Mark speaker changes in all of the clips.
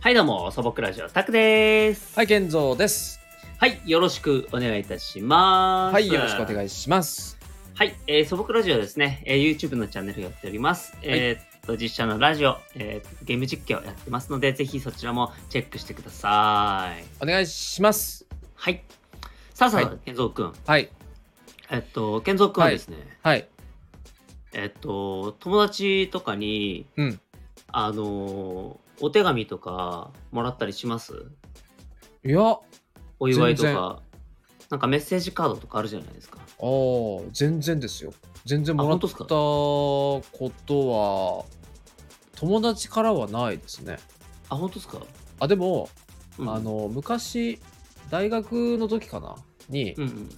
Speaker 1: はい、どうも、素朴ラジオ、タクです。
Speaker 2: はい、健三です。
Speaker 1: はい、よろしくお願いいたします。
Speaker 2: はい、よろしくお
Speaker 1: い。
Speaker 2: 願いします。
Speaker 1: はい、えー素朴ラジオですね、えー YouTube のチャンネルやっております。えーっと、実写のラジオ、えーゲーム実況やってますので、ぜひそちらもチェックしてください。
Speaker 2: お願いします。
Speaker 1: はい。さあさあ、
Speaker 2: は
Speaker 1: 健三くん。
Speaker 2: はい、
Speaker 1: えっと、健三くんは
Speaker 2: はい
Speaker 1: ですね、
Speaker 2: はい、
Speaker 1: えっと、友達とかに、
Speaker 2: うん。
Speaker 1: あのーお手紙とかもらったりします
Speaker 2: いや、
Speaker 1: お祝いと
Speaker 2: 全
Speaker 1: か。なんかメッセージカードとかあるじゃないですか。
Speaker 2: あー全然ですよ全然もら
Speaker 1: あ本
Speaker 2: っ
Speaker 1: 当ったすか
Speaker 2: ことは友達からはないですね
Speaker 1: あ、本当ですか、
Speaker 2: あでも、
Speaker 1: うん
Speaker 2: あ、の昔大学の時かなに、
Speaker 1: うんうん。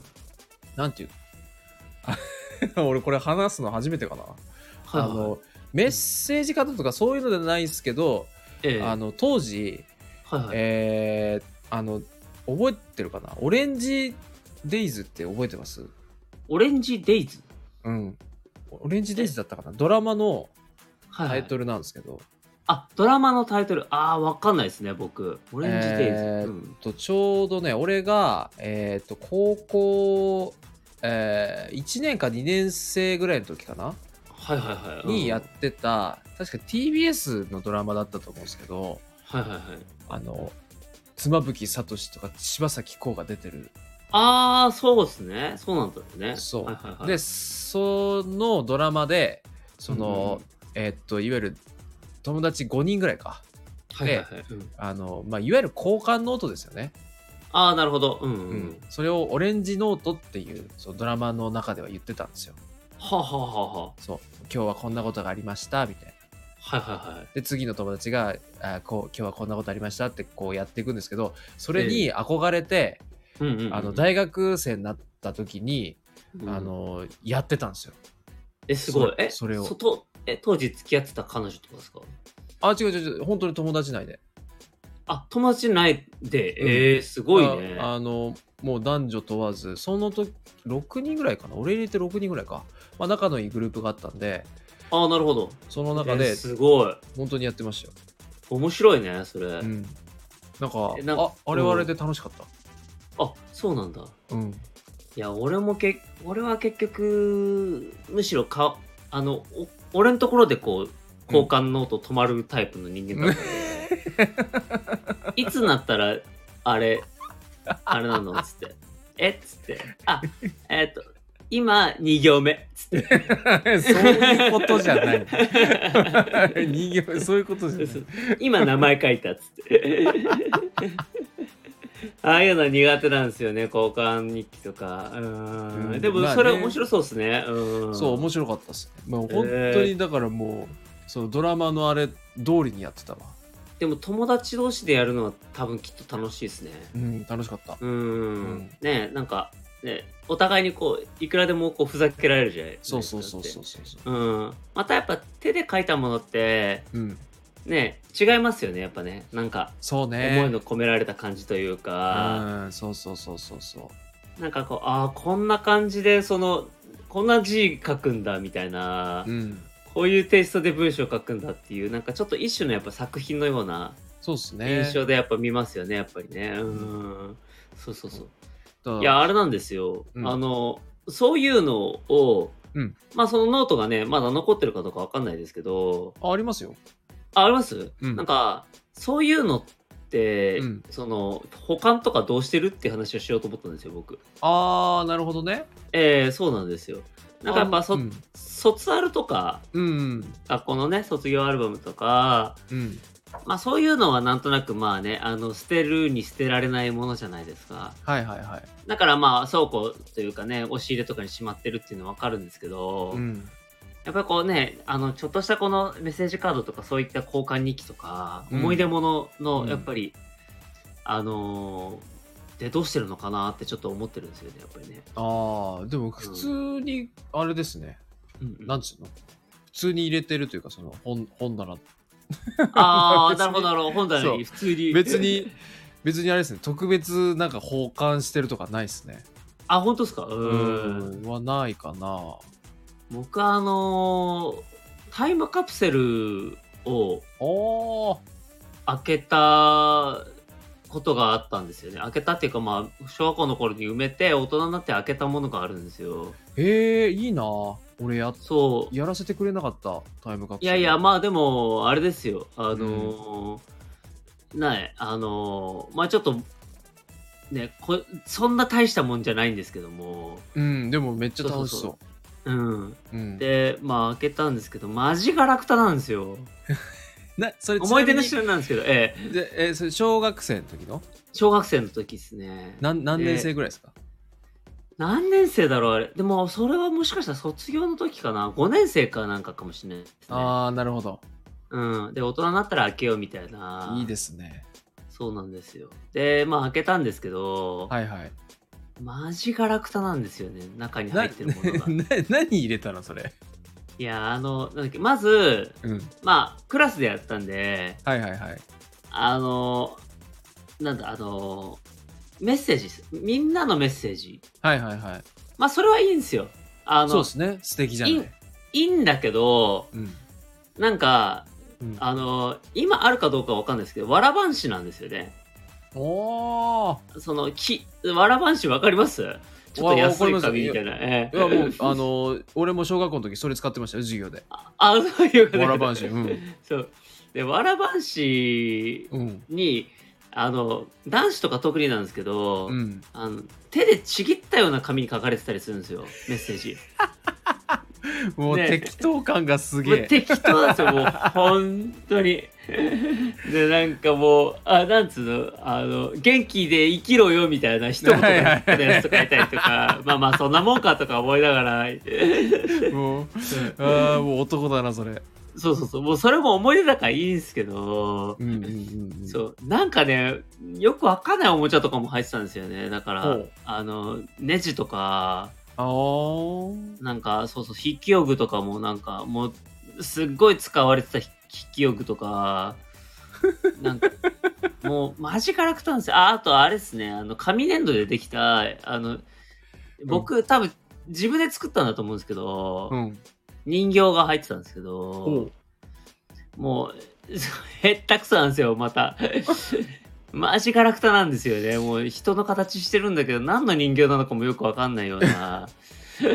Speaker 2: なんていう 俺これ話すの初めてかな、
Speaker 1: はい、はい。
Speaker 2: あのメッセージカードとかそういうのではないですけど、
Speaker 1: ええ
Speaker 2: あの当時、
Speaker 1: はいはい。
Speaker 2: えーあの覚えてるかなオレンジデイズって覚えてます
Speaker 1: オレンジデイズ。
Speaker 2: うんオレンジデイズだったかなドラマの
Speaker 1: はい、
Speaker 2: タイト
Speaker 1: ル。
Speaker 2: ルなんですけど、
Speaker 1: あ、ドラマのタイトル。ああ、わかんないですね、僕。オレンジデイズ。
Speaker 2: えー
Speaker 1: うん、
Speaker 2: とちょうどね俺が、えー、と高校、え1年か2年生ぐらいの時かな、
Speaker 1: はいはいはい。
Speaker 2: にやっ
Speaker 1: うん
Speaker 2: てた確か TBS のドラマだったと思うんですけど
Speaker 1: はいはいはい。
Speaker 2: あの妻夫木聡とか柴咲コウが出てる、
Speaker 1: ああ、そうですね。そうなんだよね。
Speaker 2: そう、
Speaker 1: はいはいはい、
Speaker 2: でそのドラマでその、
Speaker 1: う
Speaker 2: えっといわゆる友達5人ぐらいか
Speaker 1: んうん、はいはいはい。うん
Speaker 2: あの、まあ、いわゆる交換ノートですよね、
Speaker 1: ああ、なるほど。うんうん。う
Speaker 2: うんん、それをオレンジノートっていうそのドラマの中では言ってたんですよ
Speaker 1: はあ、はあはあは
Speaker 2: そう今日はこんなことがありましたみたいな
Speaker 1: あ、はいはいはい。
Speaker 2: で次の友達があこう今日はこんなことありましたってこうやっていくんですけどそれに憧れて、
Speaker 1: うんうんうん、
Speaker 2: あの大学生になった時に、
Speaker 1: うん
Speaker 2: あのやってたんですよ
Speaker 1: え、すごい
Speaker 2: そ。
Speaker 1: え、
Speaker 2: それを
Speaker 1: 外、え、当時付き合ってた彼女とかですか
Speaker 2: あ違う違う違う本当に友達内で
Speaker 1: あ、友達ないで、
Speaker 2: うん
Speaker 1: えー、すごいね。
Speaker 2: ああのもう男女問わずその時6人ぐらいかな俺入れて6人ぐらいか、まあ、仲のいいグループがあったんで
Speaker 1: ああ、なるほど。
Speaker 2: その中
Speaker 1: えー
Speaker 2: です
Speaker 1: ごい。
Speaker 2: 本当にやってましたよ、
Speaker 1: 面白いね、それ。
Speaker 2: うん、なんか
Speaker 1: えなんか
Speaker 2: ああれはあれで楽しかっ
Speaker 1: あ、そうなんだ。
Speaker 2: た、 うん
Speaker 1: いや、俺もけ、俺は結局、むしろか、あの、お俺のところでこう、交換ノート止まるタイプの人間だった ので、いつになったら、あれ、あれなのつって。えっつって。あ、えっと、今、2行目。つって。
Speaker 2: そういうことじゃない 人間そういうことじゃない
Speaker 1: 今、名前書いた。つ って。ああいうの苦手なんですよね、交換日記とか。うー。
Speaker 2: うんん
Speaker 1: でも、
Speaker 2: まあね
Speaker 1: それ面白そうですね。うん。
Speaker 2: そう面白かったっすね、まあ、
Speaker 1: ー
Speaker 2: 本当にだからもうそのドラマのあれ通りにやってたわ
Speaker 1: でも友達同士でやるのは多分きっと楽しいですね。
Speaker 2: うん楽しかった
Speaker 1: うーん。
Speaker 2: うん
Speaker 1: ねえなんか、ね、お互いにこう、いくらでもこうふざけられるじゃないです
Speaker 2: そ
Speaker 1: か。。
Speaker 2: うそうそうそうそうそう
Speaker 1: うん。またやっぱ手で書いたものって、
Speaker 2: う、うん、
Speaker 1: ねえ違いますよね、やっぱね。なんか、
Speaker 2: そうね
Speaker 1: 思いの込められた感じというか、
Speaker 2: うんそうそうそうそうそう
Speaker 1: なんかこう、ああ、こんな感じで、その、こんな字書くんだみたいな、
Speaker 2: うん、
Speaker 1: こういうテイストで文章書くんだっていう、なんかちょっと一種のやっぱ作品のような
Speaker 2: そうっすね。
Speaker 1: 印象でやっぱ見ますよね、やっぱりね。うん。そうそうそう。
Speaker 2: だ
Speaker 1: いや、あれなんですよ。
Speaker 2: うん
Speaker 1: あの、そういうのを、
Speaker 2: うん
Speaker 1: まあそのノートがね、まだ残ってるかどうかわかんないですけど、
Speaker 2: あ、ありますよ。
Speaker 1: あ、あります、
Speaker 2: うん
Speaker 1: なんか、そういうのって、
Speaker 2: うん
Speaker 1: その、保管とかどうしてるって話をしようと思ったんですよ、僕。
Speaker 2: あー、なるほどね。
Speaker 1: ええそうなんですよ。なんかやっぱ、そ
Speaker 2: うん、
Speaker 1: 卒アルとか、
Speaker 2: うん、
Speaker 1: 学校のね、卒業アルバムとか、
Speaker 2: うん、
Speaker 1: まあそういうのはなんとなくまあね、あの、捨てるに捨てられないものじゃないですか。
Speaker 2: はいはいはい。
Speaker 1: だからまあ倉庫というかね押し入れとかにしまってるっていうのは分かるんですけど、
Speaker 2: うん、
Speaker 1: やっぱりこうねあのちょっとしたこのメッセージカードとかそういった交換日記とか、
Speaker 2: うん
Speaker 1: 思い出物の
Speaker 2: うん
Speaker 1: やっぱり、あのーでどうしてるのかなってちょっと思ってるんですよねやっぱりね。
Speaker 2: あー、でも普通に、あれですね。
Speaker 1: うんうん
Speaker 2: なんつうの普通に入れてるというか、その本本 棚。
Speaker 1: ああ
Speaker 2: 別に
Speaker 1: なるほどなるほど本棚に普通に
Speaker 2: 別に、別にあれですね、特別なんか保管してるとかないですね。
Speaker 1: あ本当ですかう
Speaker 2: う
Speaker 1: ん。
Speaker 2: んはないかな。
Speaker 1: 僕はあのータイムカプセルを
Speaker 2: おー、
Speaker 1: 開けたことがあったんですよね開けたっていうかまあ小学校の頃に埋めて大人になって開けたものがあるんですよ
Speaker 2: えー、いいな俺や
Speaker 1: そう
Speaker 2: やらせてくれなかったタイムカプ
Speaker 1: い
Speaker 2: セル
Speaker 1: やいやまあでもあれですよあのーないあのーまあちょっとねこそんな大したもんじゃないんですけども
Speaker 2: うんでもめっちゃ楽しそう
Speaker 1: そううん
Speaker 2: うん
Speaker 1: でまあ開けたんですけどマジがラクタなんですよ
Speaker 2: なそれ
Speaker 1: 思い出の
Speaker 2: ちな
Speaker 1: 品なんですけどええ
Speaker 2: みにでえそれ小学生の時の
Speaker 1: 小学生の時ですね
Speaker 2: なん何年生ぐらいですか、
Speaker 1: 何年生だろうあれでもそれはもしかしたら卒業の時かな5年生かなんかかもしれないですね
Speaker 2: ああなるほど
Speaker 1: うんで大人になったら開けようみたいない
Speaker 2: い
Speaker 1: い
Speaker 2: ですね
Speaker 1: そうなんですよでまあ開けたんですけど、
Speaker 2: はいはい
Speaker 1: マジガラクタなんですよね中に入ってるものが
Speaker 2: な何入れたのそれ
Speaker 1: いやあのなんだっけまず
Speaker 2: うん
Speaker 1: まあクラスでやったんで
Speaker 2: はいはいはい
Speaker 1: あのなんだあのメッセージですみんなのメッセージ
Speaker 2: はいはいはい
Speaker 1: まあそれはいいんですよあ
Speaker 2: そう
Speaker 1: の
Speaker 2: ですね素敵じゃない
Speaker 1: いいいんだけど
Speaker 2: うん、
Speaker 1: なんか
Speaker 2: うん、
Speaker 1: あの今あるかどうかわかんないですけどわらばんしなんですよね
Speaker 2: おー
Speaker 1: そのきわらばんしわかりますちょっと安い紙みたいな。え
Speaker 2: い
Speaker 1: え
Speaker 2: や もうあの俺も小学校の時それ使ってましたよ授業で
Speaker 1: あ、そういうこと
Speaker 2: わらばんしうん
Speaker 1: そう。で、わらばんし
Speaker 2: うん
Speaker 1: に、あの、男子とか特になんですけ ど、
Speaker 2: うん
Speaker 1: あの手でちぎったような紙に書かれてたりするんですよ、メッセージ。
Speaker 2: もう
Speaker 1: ねえ
Speaker 2: 適当感がすげ
Speaker 1: も
Speaker 2: え、
Speaker 1: う適当なんですよ、もう、本当に。 で、なんかもう、あ、なんつうの、あの、元気で生きろよみたいな一 言
Speaker 2: はいはい
Speaker 1: だったやつとかいたりとか、まあまあ、そんなもんかとか思いながら、
Speaker 2: もうあーもう男だなそれ
Speaker 1: そうそうそう、もうそれも思い出だからいいんですけど
Speaker 2: う、んうんうんうん
Speaker 1: そうなんかねよくわかんないおもちゃとかも入ってたんですよねだか
Speaker 2: ほ
Speaker 1: ら
Speaker 2: う
Speaker 1: あのネジとか
Speaker 2: あー
Speaker 1: なんかそうそう筆記用具とかもなんかもうすっごい使われてた筆記用具とか なんかもうマジカラクターなんですよああとあれですねあの紙粘土でできたあの僕、多分自分で作ったんだと思うんですけど、
Speaker 2: うん
Speaker 1: 人形が入ってたんですけど、
Speaker 2: ほ
Speaker 1: もう、 そうへったくそなんですよ、ま た。マジガラクタなんですよね。もう人の形してるんだけど、何の人形なのかもよくわかんないような。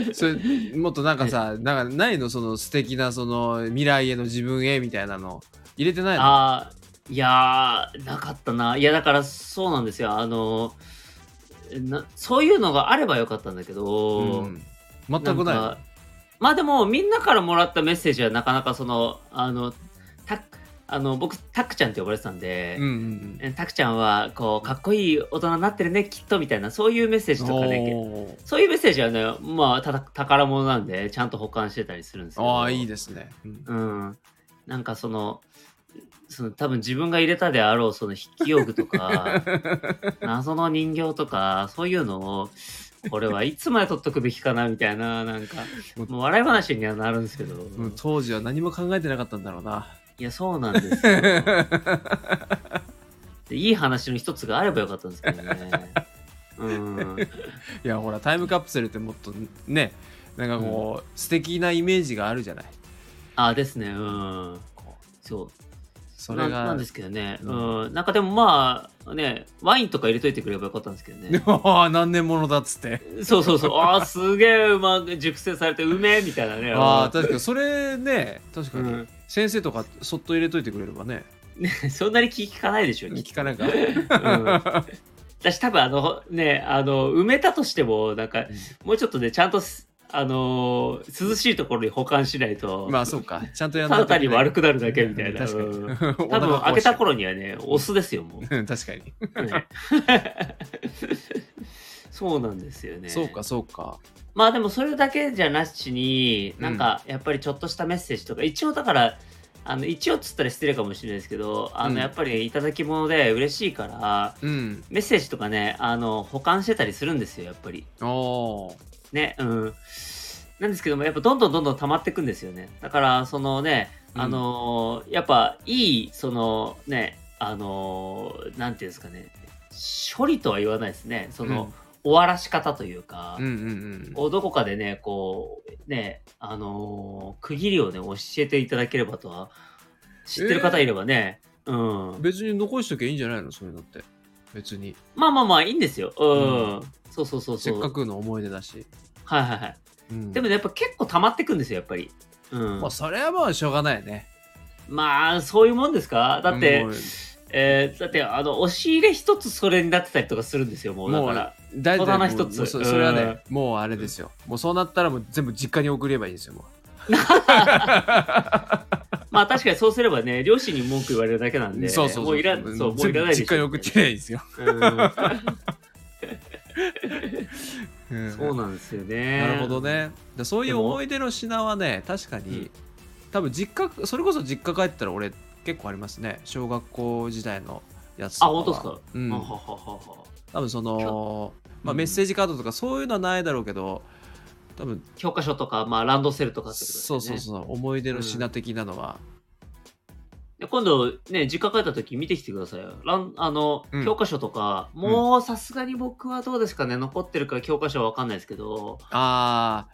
Speaker 2: う それもっとなんかさなんかないのその素敵なその未来への自分へみたいなの入れてないの
Speaker 1: あーいやー、なかったな。いや、だからそうなんですよ。あの、なそういうのがあればよかったんだけど、
Speaker 2: うん、全くない
Speaker 1: んかまあでも、みんなからもらったメッセージはなかなかその、あの、たあの僕、タックちゃんって呼ばれてたんで、
Speaker 2: うんうん
Speaker 1: えたくちゃんはこうかっこいい大人になってるねきっとみたいなそういうメッセー
Speaker 2: う
Speaker 1: ジ
Speaker 2: ん
Speaker 1: とかね
Speaker 2: おー
Speaker 1: そういうメッセージはねまあた宝物なんでちゃんと保管してたりするんですけど
Speaker 2: あーいいですね、う
Speaker 1: う
Speaker 2: ん
Speaker 1: んなんかそのその多分自分が入れたであろうその筆記用具と か謎の人形とかそういうのをこれはいつまで取っとくべきかなみたいななんかもう笑い話にはなるんですけど、
Speaker 2: うん当時は何も考えてなかったんだろうな。
Speaker 1: いやそうなんですよでいい話の一つがあればよかったんですけどね。うん、
Speaker 2: いやほらタイムカプセルってもっとねなんかこう、素敵なイメージがあるじゃない。
Speaker 1: あですね、うん、そう
Speaker 2: それ
Speaker 1: な
Speaker 2: が
Speaker 1: なんですけどね、うん、なんかでもまあねワインとか入れといてくればよかったんですけどね
Speaker 2: ああ何年ものだっつって。
Speaker 1: そうそう そうあーすげえうまく熟成されてうめえみたいなね
Speaker 2: ああ確かにそれね確か
Speaker 1: う
Speaker 2: に、
Speaker 1: ん
Speaker 2: 先生とかそっと入れといてくれればね
Speaker 1: そんなに 気聞かないでしょきっ
Speaker 2: 聞 かないか。
Speaker 1: とうん私多分あのねあの埋めたとしてもなんかもうちょっとねちゃんとすあのー涼しいところに保管しないと、
Speaker 2: まあそうかちゃんとや
Speaker 1: ただ単
Speaker 2: に
Speaker 1: に悪くなるだけみたいな。
Speaker 2: 確かに
Speaker 1: うん。多
Speaker 2: お腹
Speaker 1: 分
Speaker 2: 壊
Speaker 1: 開け
Speaker 2: しちゃ
Speaker 1: た
Speaker 2: う
Speaker 1: 頃にはね、オスですよ、も
Speaker 2: うん確かに、
Speaker 1: う。 ねそうなんですよね。
Speaker 2: そうか。そうか。
Speaker 1: まあでもそれだけじゃなしに、
Speaker 2: うん
Speaker 1: なんかやっぱりちょっとしたメッセージとか、一応だから、あの一応っつったら失礼かもしれないですけど、あ
Speaker 2: うん
Speaker 1: のやっぱりいただき物で嬉しいから、
Speaker 2: うん。
Speaker 1: メッセージとかね、あの保管してたりするんですよ、やっぱり。
Speaker 2: おー
Speaker 1: ね、うん。なんですけども、やっぱどんどんどんどん溜まっていくんですよね。だから、そのね、
Speaker 2: うん
Speaker 1: あのーやっぱいい、そのね、あのーなんていうんですかね、処理とは言わないですね。その、
Speaker 2: うん
Speaker 1: 終わらし方というか、
Speaker 2: うんうんうん。
Speaker 1: をどこかでね、こう、ね、あのー区切りをね、教えていただければとは、知ってる方いればね、うん。
Speaker 2: 別に残しときゃいいんじゃないのそういうのって。別に。
Speaker 1: まあまあまあ、いいんですよ。うん。
Speaker 2: う
Speaker 1: そうそうそう
Speaker 2: せ
Speaker 1: そう。
Speaker 2: っかくの思い出だし。
Speaker 1: はいはいはい。
Speaker 2: うん、
Speaker 1: でもねやっぱ結構溜まってくんですよ、やっぱり。うん。
Speaker 2: まあ、それはまあしょうがないね。
Speaker 1: まあ、そういうもんですかだって、
Speaker 2: もう
Speaker 1: えーだって、あの、押し入れ一つそれになってたりとかするんですよ、もう。だ
Speaker 2: もう
Speaker 1: から。
Speaker 2: 大
Speaker 1: 戸棚一つ
Speaker 2: もうそそれはね、もうあれですよ。もうそうなったらもう全部実家に送ればいいですよ。も
Speaker 1: まあ確かにそうすればね、両親に文句言われるだけなん
Speaker 2: う
Speaker 1: で、
Speaker 2: そうそうそう。
Speaker 1: もういらそうもういらないでしょ
Speaker 2: 全部実家に送ってりゃいいですよ。
Speaker 1: うん
Speaker 2: うん
Speaker 1: そうなんですよね。
Speaker 2: なるほど。ね。だそうい
Speaker 1: で
Speaker 2: う
Speaker 1: も
Speaker 2: 思い出の品はね、確かに、
Speaker 1: うん
Speaker 2: 多分実家、それこそ実家帰ったら俺結構ありますね。小学校時代のやつと
Speaker 1: あ、
Speaker 2: は
Speaker 1: 本当ですか。
Speaker 2: う
Speaker 1: あはは
Speaker 2: ん。
Speaker 1: はは
Speaker 2: 多分その、ま
Speaker 1: う
Speaker 2: あ、
Speaker 1: ん
Speaker 2: メッセージカードとかそういうのはないだろうけど、多分、
Speaker 1: 教科書とか、まあランドセルとかってことです
Speaker 2: そ
Speaker 1: よ
Speaker 2: う
Speaker 1: ね。
Speaker 2: そうそう、思い出の品的なのは、
Speaker 1: で今度ね、実家帰った時見てきてくださいよ。ランあの、
Speaker 2: うん
Speaker 1: 教科書とか、もうさすがに僕はどうですかね、残ってるか教科書はわかんないですけど。
Speaker 2: あ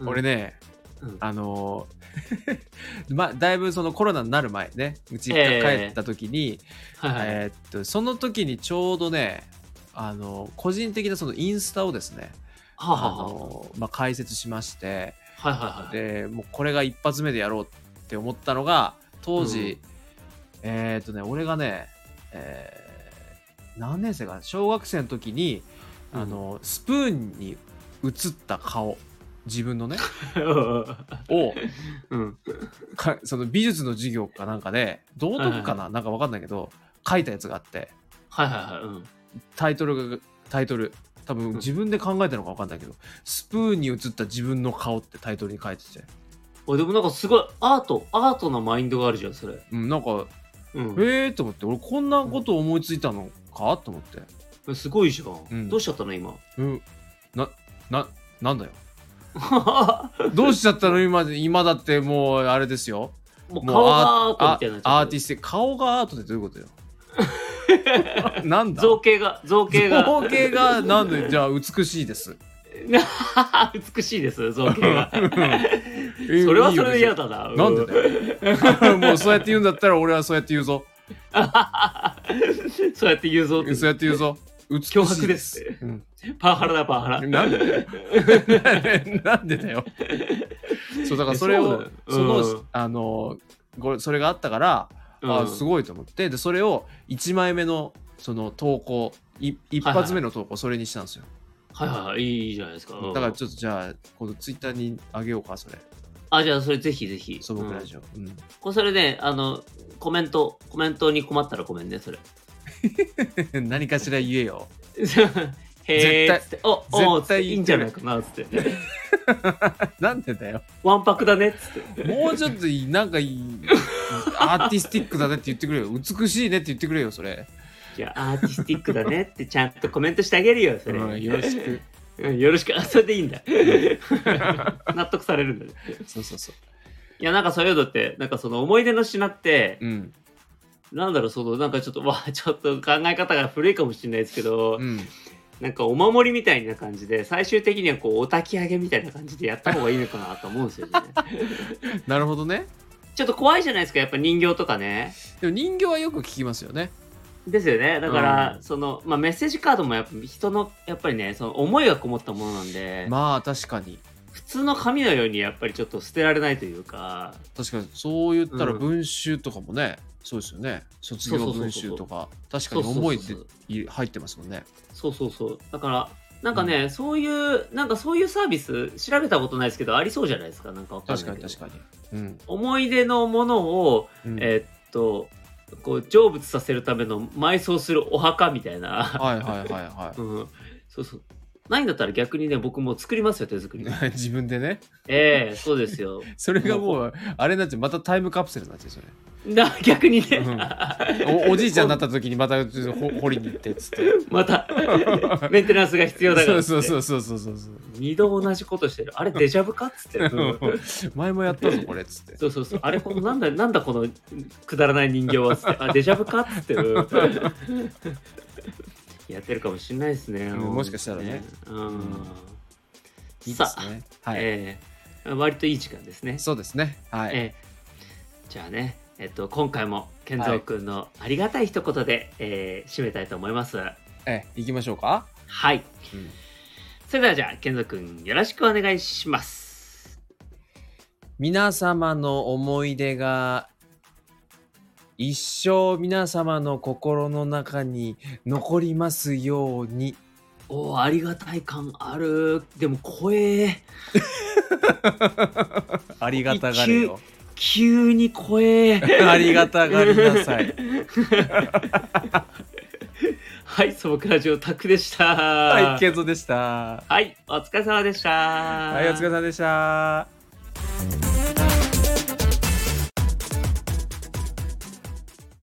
Speaker 1: う
Speaker 2: あ、
Speaker 1: ん
Speaker 2: 俺ね、
Speaker 1: うん
Speaker 2: あのー ま、だいぶそのコロナになる前ね、うち一回帰った時に、
Speaker 1: はいはい。
Speaker 2: えーっと、その時にちょうどね、あのー個人的なそのインスタをですね、
Speaker 1: は
Speaker 2: あ
Speaker 1: ははは。
Speaker 2: のーまあ、解説しまして、
Speaker 1: はいはいはい。
Speaker 2: でもうこれが一発目でやろうって思ったのが当時、えーっとね俺がね、えー何年生かな小学生の時に、あのスプーンに映った顔自分のねを
Speaker 1: うん。
Speaker 2: かその美術の授業かなんかで道徳かな、なんかわかんないけど書いたやつがあって
Speaker 1: はいはいはい。うん。
Speaker 2: タイトルがタイトル多分自分で考えたのかわかんないけど、スプーンに映った自分の顔ってタイトルに書いてて、
Speaker 1: おでもなんかすごいアート、アートなマインドがあるじゃん、それ。
Speaker 2: うん、なんか
Speaker 1: うん。
Speaker 2: えーと思って俺こんなこと思いついたのかと思って、
Speaker 1: すごいじゃん。
Speaker 2: うん
Speaker 1: どうしちゃったの、今。
Speaker 2: うん、なななんだよどうしちゃった の今で今だってもうあれですよ
Speaker 1: もう
Speaker 2: もう
Speaker 1: 顔がアートみ
Speaker 2: あ
Speaker 1: たいになっち
Speaker 2: あ
Speaker 1: ゃ
Speaker 2: ア
Speaker 1: って
Speaker 2: ーティ
Speaker 1: る
Speaker 2: スト顔がアートってどういうこと よなんだ
Speaker 1: 造形が造形が
Speaker 2: 造形がなんでじゃあ美しいです
Speaker 1: 美しいです造形 が
Speaker 2: え
Speaker 1: それはそれで
Speaker 2: いいよ
Speaker 1: 嫌だなう
Speaker 2: なんで だよ もうそうやって言うんだったら俺はそうやって言うぞ
Speaker 1: そうやって言うぞって
Speaker 2: そうやって言うぞ美しい
Speaker 1: 脅迫です、
Speaker 2: うん
Speaker 1: パワハラだパワハラ
Speaker 2: なんでだよ なんでだよそうだからそれ
Speaker 1: そう
Speaker 2: を
Speaker 1: だよ
Speaker 2: その、
Speaker 1: うん
Speaker 2: あのごそれがあったから、あす
Speaker 1: ごい
Speaker 2: ごいと思ってでそれを1枚目のその投稿い一発目の投稿それにしたんですよ、
Speaker 1: はいはいはいいいいいじゃないですか、うん
Speaker 2: だからちょっとじゃあこのツイッターにあげようかそれ
Speaker 1: あじゃあそれぜひぜひ
Speaker 2: 素朴ラ
Speaker 1: うん
Speaker 2: ジオ、うん
Speaker 1: これそれねあのコメントコメントに困ったらごめんね それ
Speaker 2: 何かしら言えよ
Speaker 1: へえっつっておお
Speaker 2: 絶対
Speaker 1: いいんじゃないかなっつって
Speaker 2: なんでだよ
Speaker 1: わんぱくだねっつって
Speaker 2: もうちょっといいなんかいい アーティスティックだねって言ってくれよ美しいねって言ってくれよそれ
Speaker 1: いやアーティスティックだねってちゃんとコメントしてあげるよそれ、
Speaker 2: うん、よろし く
Speaker 1: うんよろしく、あそれでいいんだ。納得されるんだね。
Speaker 2: そうそうそう
Speaker 1: いや、なんかそういうのって、なんかその思い出の品って、
Speaker 2: うん
Speaker 1: なんだろう、その、なんかちょっと、わあ、ちょっと考え方が古いかもしれないですけど、
Speaker 2: うん
Speaker 1: なんかお守りみたいな感じで、最終的にはこう、お焚き上げみたいな感じでやった方がいいのかなと思うんですよ ね。
Speaker 2: なるほどね
Speaker 1: ちょっと怖いじゃないですか、やっぱ人形とかね。
Speaker 2: でも人形はよく聞きますよね
Speaker 1: ですよね。だから、
Speaker 2: うん
Speaker 1: その、まあ、メッセージカードもやっぱ人の、やっぱりね、その思いがこもったものなんで、
Speaker 2: まあ確かに
Speaker 1: 普通の紙のようにやっぱりちょっと捨てられないというか、
Speaker 2: 確かにそう言ったら
Speaker 1: うん
Speaker 2: 文集とかもね、そうですよね卒業文集とか確かに思いって
Speaker 1: そうそうそう
Speaker 2: い入ってますもんね
Speaker 1: そうそうそう。だから、なんかね、そういう、なんかそういうサービス、調べたことないですけど、ありそうじゃないですか。なんかわかんない
Speaker 2: 確
Speaker 1: けど。
Speaker 2: かに確かに、うん
Speaker 1: 思い出のものを、
Speaker 2: うん
Speaker 1: えーっと、こう、成仏させるための埋葬するお墓みたいな。
Speaker 2: はいはいはい は
Speaker 1: うん。そうそう。ないんだったら逆にね、僕も作りますよ、手 作り。
Speaker 2: い自分でね
Speaker 1: ええそうですよ。
Speaker 2: それがも うあれになっちゃうまたタイムカプセルになっちゃうそ
Speaker 1: な、逆にね。
Speaker 2: れおおじいちゃんになった時にまたちょっと掘掘りに行ってっつって
Speaker 1: また、メンテナンスが必要だから
Speaker 2: そ
Speaker 1: っ
Speaker 2: う
Speaker 1: つって。
Speaker 2: そうそうそうそ うそうそう
Speaker 1: 二度同じことしてる。あれ、デジャブかっ つって。うん
Speaker 2: 前もやったぞこれっつって
Speaker 1: そうそうそう、あれ、このなんだ、なんだこのくだらない人形はっつって、あ、デジャブかっつって、 うんやってるかもしれないですね。
Speaker 2: んもしかしたらね。
Speaker 1: うん。
Speaker 2: いいで
Speaker 1: さ
Speaker 2: す
Speaker 1: あ、
Speaker 2: ねはい、
Speaker 1: えー割といい時間ですね。
Speaker 2: そうですねはい、
Speaker 1: えーじゃあね、えっと、今回も健三くんのありがたい一言で、えー締めたいと思います。
Speaker 2: え行きましょうか、
Speaker 1: はい。
Speaker 2: うん
Speaker 1: それではじゃあ、健三くんよろしくお願いします。
Speaker 2: 皆様の思い出が一生皆様の心の中に残りますように
Speaker 1: おー、ありがたい感ある。でも、怖え。
Speaker 2: ありがたがれ よ
Speaker 1: 急に怖え。
Speaker 2: ありがたがりなさ い。
Speaker 1: はい、素朴ラジオタクでした。
Speaker 2: はい、ケンゾでした。
Speaker 1: はい、お疲れ様でした。
Speaker 2: はい、お疲れ様でした。